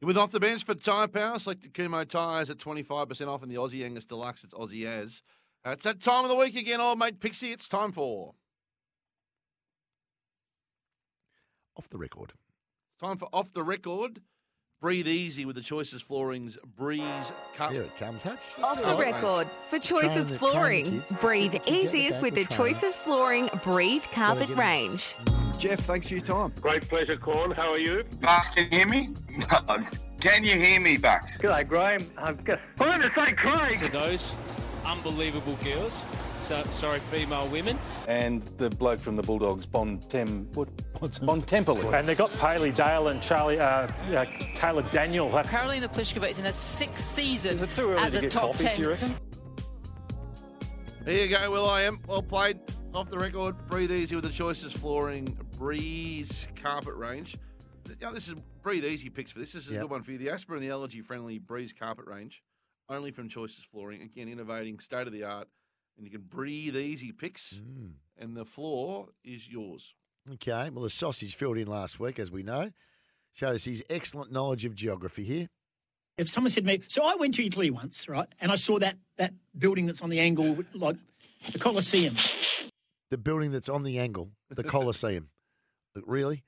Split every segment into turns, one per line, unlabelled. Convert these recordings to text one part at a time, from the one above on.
He was off the bench for Tyre Power, selected Kumo tyres at 25% off in the Aussie Angus Deluxe. It's Aussie as. Uh, It's that time of the week again, old mate Pixie. It's time for.
Off the record.
It's time for Off the Record. Breathe easy with the Choices Floorings Breeze Cut.
Here it comes. Hutch.
Off the
all right, mate.
record for
Trying
Choices
to- trying
Flooring.
to teach-
Breathe
teach you how to
easy
go
with the
with
Choices Flooring Breathe Carpet
get it.
range.
Jeff, thanks for your time.
Great pleasure, Corn. How are you?
Buck, can you hear me? can you hear me, Buck?
G'day, Graham. I'm good. I'm going to say Craig.
to those unbelievable girls. So, sorry, female women.
and the bloke from the Bulldogs, Bon Tem, what, Bon
And they got Paley Dale and Charlie, uh, uh, Caleb Daniel.
Carolina Pliskova is in her sixth season
Is it too early
as
to
a
get
top
coffees,
ten.
do you reckon?
There you go, Will I Am. Well played. Off the record, breathe easy with the choices flooring, breeze carpet range. You know, this is breathe easy picks for this. This is a
Yep.
good one for you. The aspirin and the allergy friendly breeze carpet range, only from choices flooring. Again, innovating, state of the art, and you can breathe easy picks.
Mm.
And the floor is yours.
Okay. Well, the sausage filled in last week, as we know, showed us his excellent knowledge of geography here.
if someone said to me, so I went to Italy once, right, and I saw that that building that's on the angle, with, like the Colosseum.
The building that's on the angle, the Colosseum. really?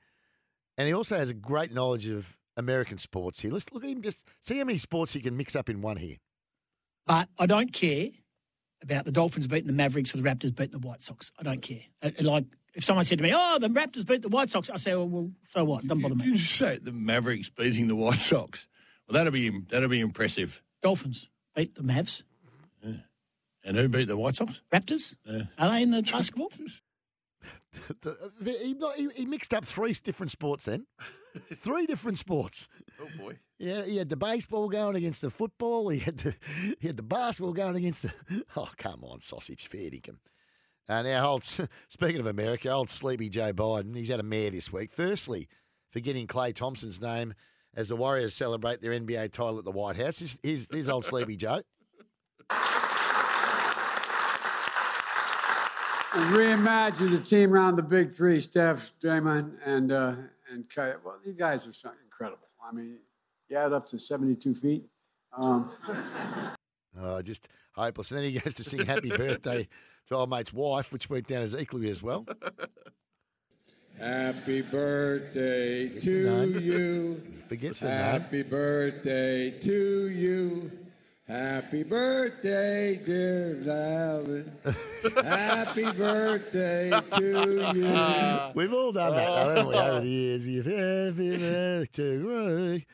And he also has a great knowledge of American sports here. Let's look at him just see how many sports he can mix up in one here.
But I don't care about the Dolphins beating the Mavericks or the Raptors beating the White Sox. I don't care. Uh, like if someone said to me, oh, the Raptors beat the White Sox, I say, well, well so what? Don't bother me.
You just say the Mavericks beating the White Sox. Well, that'll be that'll be impressive.
Dolphins beat the Mavs.
And who beat the White Sox?
Raptors?
Yeah.
Are they in the basketball?
The- He, he- he mixed up three different sports then. three different sports.
Oh boy.
Yeah, he had the baseball going against the football. He had the he had the basketball going against the. Oh come on, sausage fair dinkum. And now, old, speaking of America, old sleepy Joe Biden, he's had a mare this week. Firstly, for getting Clay Thompson's name as the Warriors celebrate their NBA title at the White House. Here's, here's, here's old sleepy Joe.
reimagine the team around the big three: Steph, Draymond, and uh, and Clay. Well, you guys are so incredible. I mean, you add up to seventy-two feet. Um,
Oh, just hopeless. And then he goes to sing happy birthday to our mate's wife, which went down as equally as well.
Happy birthday
Forgets the
to
name.
you.
Forgets the name.
Happy birthday to you. Happy birthday, dear Alan. Happy birthday to you.
We've all done that, though, haven't we, over the years? You've happy birthday to me.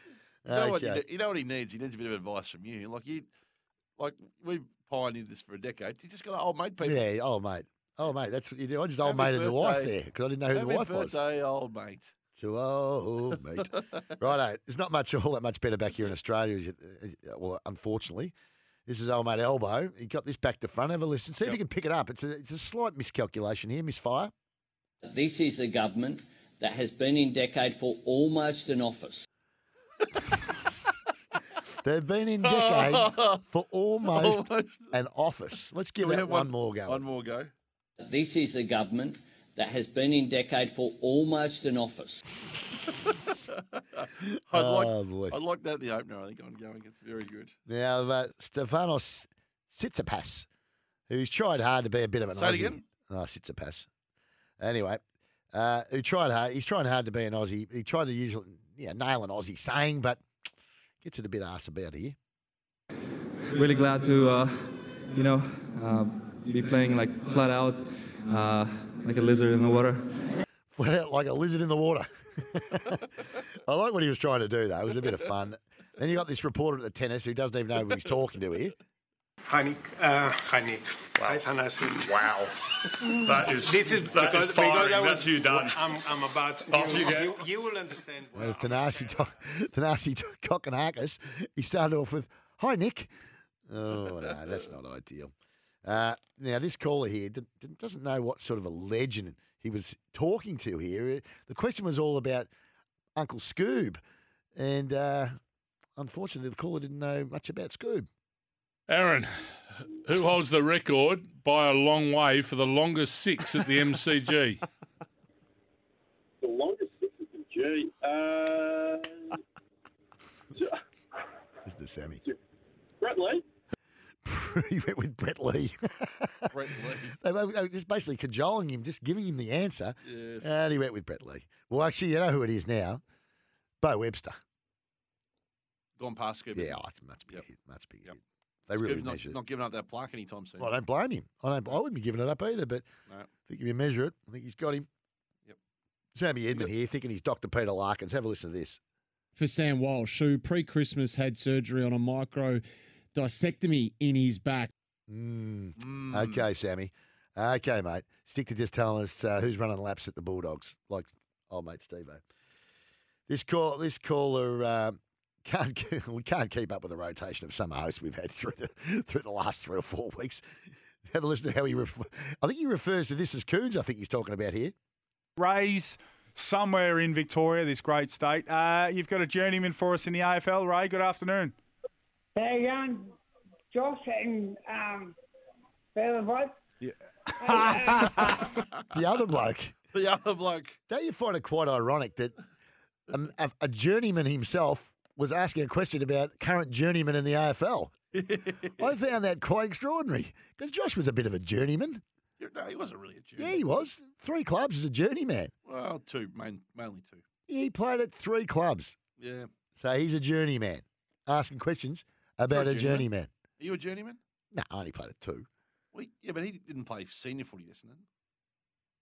You know, what, you,
Okay.
do- you know what he needs? He needs a bit of advice from you. Like you, like we've pioneered this for a decade. You just got to old mate people.
Yeah, oh mate, oh mate, that's what you do. I just old
Happy
mated the wife
birthday.
there because I didn't know who
Happy
the wife was.
birthday, old mate.
To old mate, righto. It's not much, all that much better back here in Australia. is it? Is- Well, unfortunately, this is old mate elbow. He got this back to front. Have a listen. See if you can pick it up. It's a it's a slight miscalculation here, misfire.
This is a government that has been in decade for almost an office.
They've been in decade for almost,
Almost.
an office. Let's give
Can we
that
have
one,
one-
more go.
One more go.
This is a government that has been in decade for almost an office.
I'd like,
Oh, boy.
I'd like that in the opener. I think ongoing. It's very good.
Now, uh, Stefanos Tsitsipas, who's tried hard to be a bit of an
Say it
Aussie.
again?
Oh, Tsitsipas. Anyway, uh, who tried hard? He's trying hard to be an Aussie. He tried the usual, yeah, nail an Aussie saying, but gets it a bit arse about here.
really glad to uh, you know uh, be playing like flat out uh, like a lizard in the water
Flat out like a lizard in the water. I like what he was trying to do, though. It was a bit of fun. Then you got this reporter at the tennis who doesn't even know who he's talking to here.
Heinik. Uh, Heinik. Wow. And I said,
Wow. That is-
This is
that
because,
is firing.
because I was,
That's you done.
I'm, I'm about.
Off you go.
You, you will understand.
Whereas Tanasi, to- Tanasi to- Cock and Harkness, he started off with, Hi, Nick. Oh, no, that's not ideal. Uh, now, this caller here d- d- doesn't know what sort of a legend he was talking to here. Uh, The question was all about Uncle Scoob. And uh, unfortunately, the caller didn't know much about Scoob.
Aaron, who holds the record by a long way for the longest six at the MCG?
The longest six is in G. Uh,
This is the Sammy.
Brett Lee?
he went with Brett Lee.
Brett
they were they were just basically cajoling him, just giving him the answer.
Yes.
Uh, And he went with Brett Lee. Well, actually, you know who it is now? Bo Webster.
Gone past Scooby.
Yeah, oh, it's a much bigger hit. Much bigger hit. They really
Scooby's not,
measured it.
not giving up that plaque anytime soon.
Well, I don't blame him. I don't. I wouldn't be giving it up either. But
No.
I think if you measure it, I think he's got him.
Yep.
Sammy Edmund here, thinking he's Dr. Peter Larkins. Have a listen to this.
for Sam Walsh, who pre Christmas had surgery on a micro dissectomy in his back.
Mm.
Hmm.
Okay, Sammy. Okay, mate. Stick to just telling us uh, who's running laps at the Bulldogs, like old mate Stevo. This call, this caller uh, can't ke- we can't keep up with the rotation of some hosts we've had through the through the last three or four weeks. Have a listen to how he. Ref- I think he refers to this as Coons. I think he's talking about here.
Ray's somewhere in Victoria, this great state. Uh, you've got a journeyman for us in the AFL, Ray. Good afternoon.
Hey, young Josh and um, Bella Voice.
Yeah.
the other bloke.
The other bloke.
Don't you find it quite ironic that a, a, a journeyman himself was asking a question about current journeyman in the AFL? I found that quite extraordinary because Josh was a bit of a journeyman.
No, he wasn't really a G.
Yeah, he was. Three clubs as a journeyman.
Well, two, main, mainly two.
He played at three clubs.
Yeah.
So he's a journeyman asking questions about
You're
a journeyman.
Are you a journeyman?
No, I only played at two.
Well, he- yeah, but he didn't play senior footy, isn't it?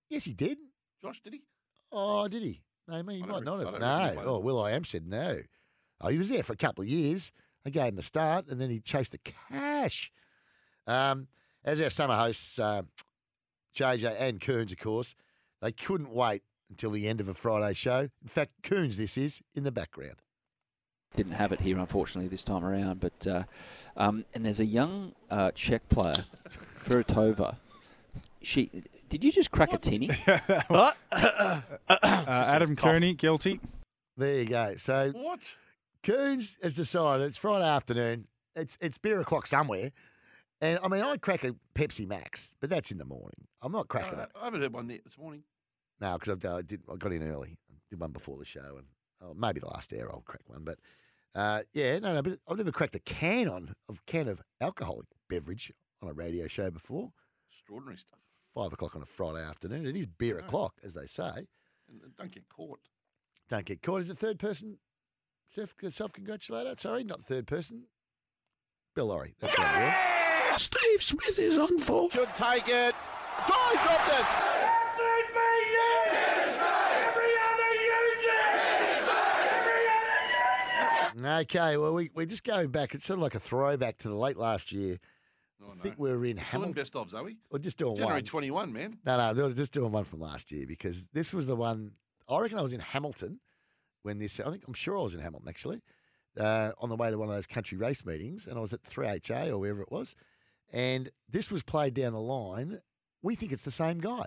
Yes, he did.
Josh, did he?
Oh, did he? No, I mean, he
I
might
don't
not
re-
have.
I don't reckon he
No.
played
Oh, Will I am said no. Oh, he was there for a couple of years. I gave him a start, and then he chased the cash. Um, as our summer hosts, uh, JJ and Coons, of course, they couldn't wait until the end of a Friday show. In fact, Coons, this is in the background.
Didn't have it here, unfortunately, this time around. But uh, um, and there's a young uh, Czech player, Veritova. She did you just crack a tinny?
what? Uh,
Adam
Kearney, guilty.
There you go. So
what?
Coons has decided it's Friday afternoon. It's it's beer o'clock somewhere, and I mean I'd crack a Pepsi Max, but that's in the morning. I'm not cracking
Uh,
it.
I haven't heard one there this morning.
No, because I did. I got in early. I did one before the show, and oh, maybe the last hour I'll crack one. But uh, yeah, no, no. But I've never cracked a can on of can of alcoholic beverage on a radio show before.
Extraordinary stuff.
Five o'clock on a Friday afternoon. It is beer o'clock, as they say.
And and don't get caught.
Don't get caught. Is it third person? Self self congratulator. Sorry, not third person. Bill Laurie. That's what I
Steve Smith is on for. Should take it. Dive dropped it.
Okay, well, we, we're just going back. It's sort of like a throwback to the late last year.
Oh,
I
no.
think we were in
Still in
Hamilton.
best ofs, are we?
We're just doing
January
one.
21, man.
No, no, they were just doing one from last year because this was the one. I reckon I was in Hamilton when this. I think I'm sure I was in Hamilton actually, uh, on the way to one of those country race meetings, and I was at 3HA or wherever it was, and this was played down the line. We think it's the same guy.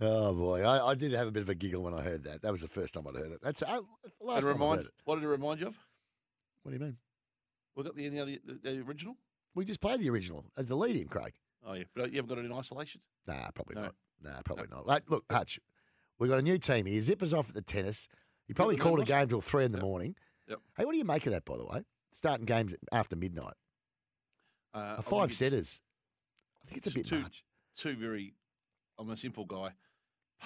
Oh boy, I, I did have a bit of a giggle when I heard that. That was the first time I'd heard it. That's uh, last
And
time I heard
remind,
it.
what did it remind you of?
What do you mean?
We got the any other the, the original?
We just played the original as the lead in, Craig.
Oh yeah, but you haven't got it in isolation.
Nah, probably
No.
not. Nah, probably not. Like, look, Hutch, we've got a new team here. Zippers off at the tennis. He probably
the man
called a
was-
game till three in the morning.
Yep.
Hey, what do you make of that, by the way? Starting games after midnight.
Uh, I
A
think
five
it's-
setters. I think it's a bit
two,
much.
Two very, I'm a simple guy.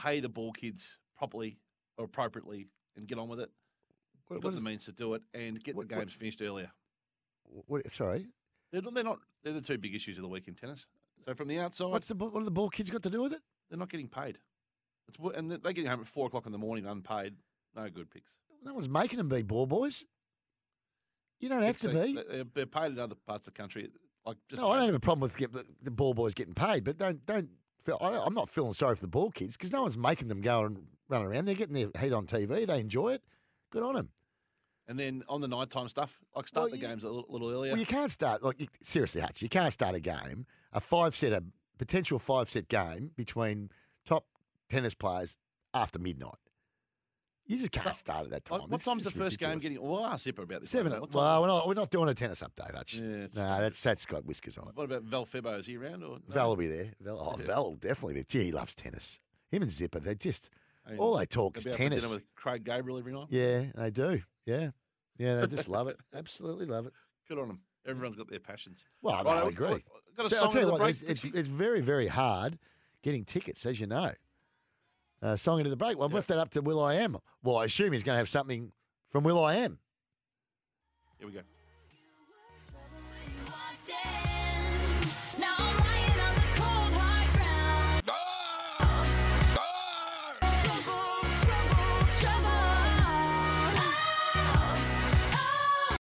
Pay the ball kids properly or appropriately and get on with it.
What-
You've got
what
the
is-
means to do it and get the games finished earlier.
What, sorry.
They're not, they're not. They're the two big issues of the week in tennis. So from the outside,
What's the, what have the ball kids got to do with it?
they're not getting paid. It's wo- and they're getting home at four o'clock in the morning unpaid. No good picks.
No one's making them be ball boys. You don't have
Picks
to
they-
be.
they- They're, paid in other parts of the country. Like just
No, I don't have a problem with get the, the ball boys getting paid, but don't don't. Feel, I, I'm not feeling sorry for the ball kids because no one's making them go and run around. They're getting their heat on TV. They enjoy it. Good on them.
And then on the night time stuff, like start the games a little, little earlier.
Well, you can't start like you- seriously, Hutch. You can't start a game, a five set, a potential five set game between top tennis players after midnight. You just can't start at that time.
Like, what
It's
time's the
just
first game
ridiculous.
getting? Well, I'll ask Zipper about this.
Seven.
later. What, time-
Well, we're not, we're not doing a tennis update, Hutch. no, that's that's got whiskers on it.
what about Val Febo? Is he around? Or no?
Val will be there. Val, oh,
Yeah.
Val will definitely be. Gee, he loves tennis. Him and Zipper, they just
And
all they talk
they'll
is
be out for
tennis.
Dinner with Craig Gabriel every night.
Yeah, they do. Yeah, yeah, they just love it. Absolutely love it.
Good on them. Everyone's got their passions.
Well, I,
Right,
know, I
I've
agree.
got- I've Got a
But
song
I'll
of
tell you
the
what,
break.
it's, it's, it's very, very hard getting tickets, as you know. Uh, song into the break. Well, I've left that up to Will I Am. Well, I assume he's going to have something from Will I Am.
Here we go.
Oh,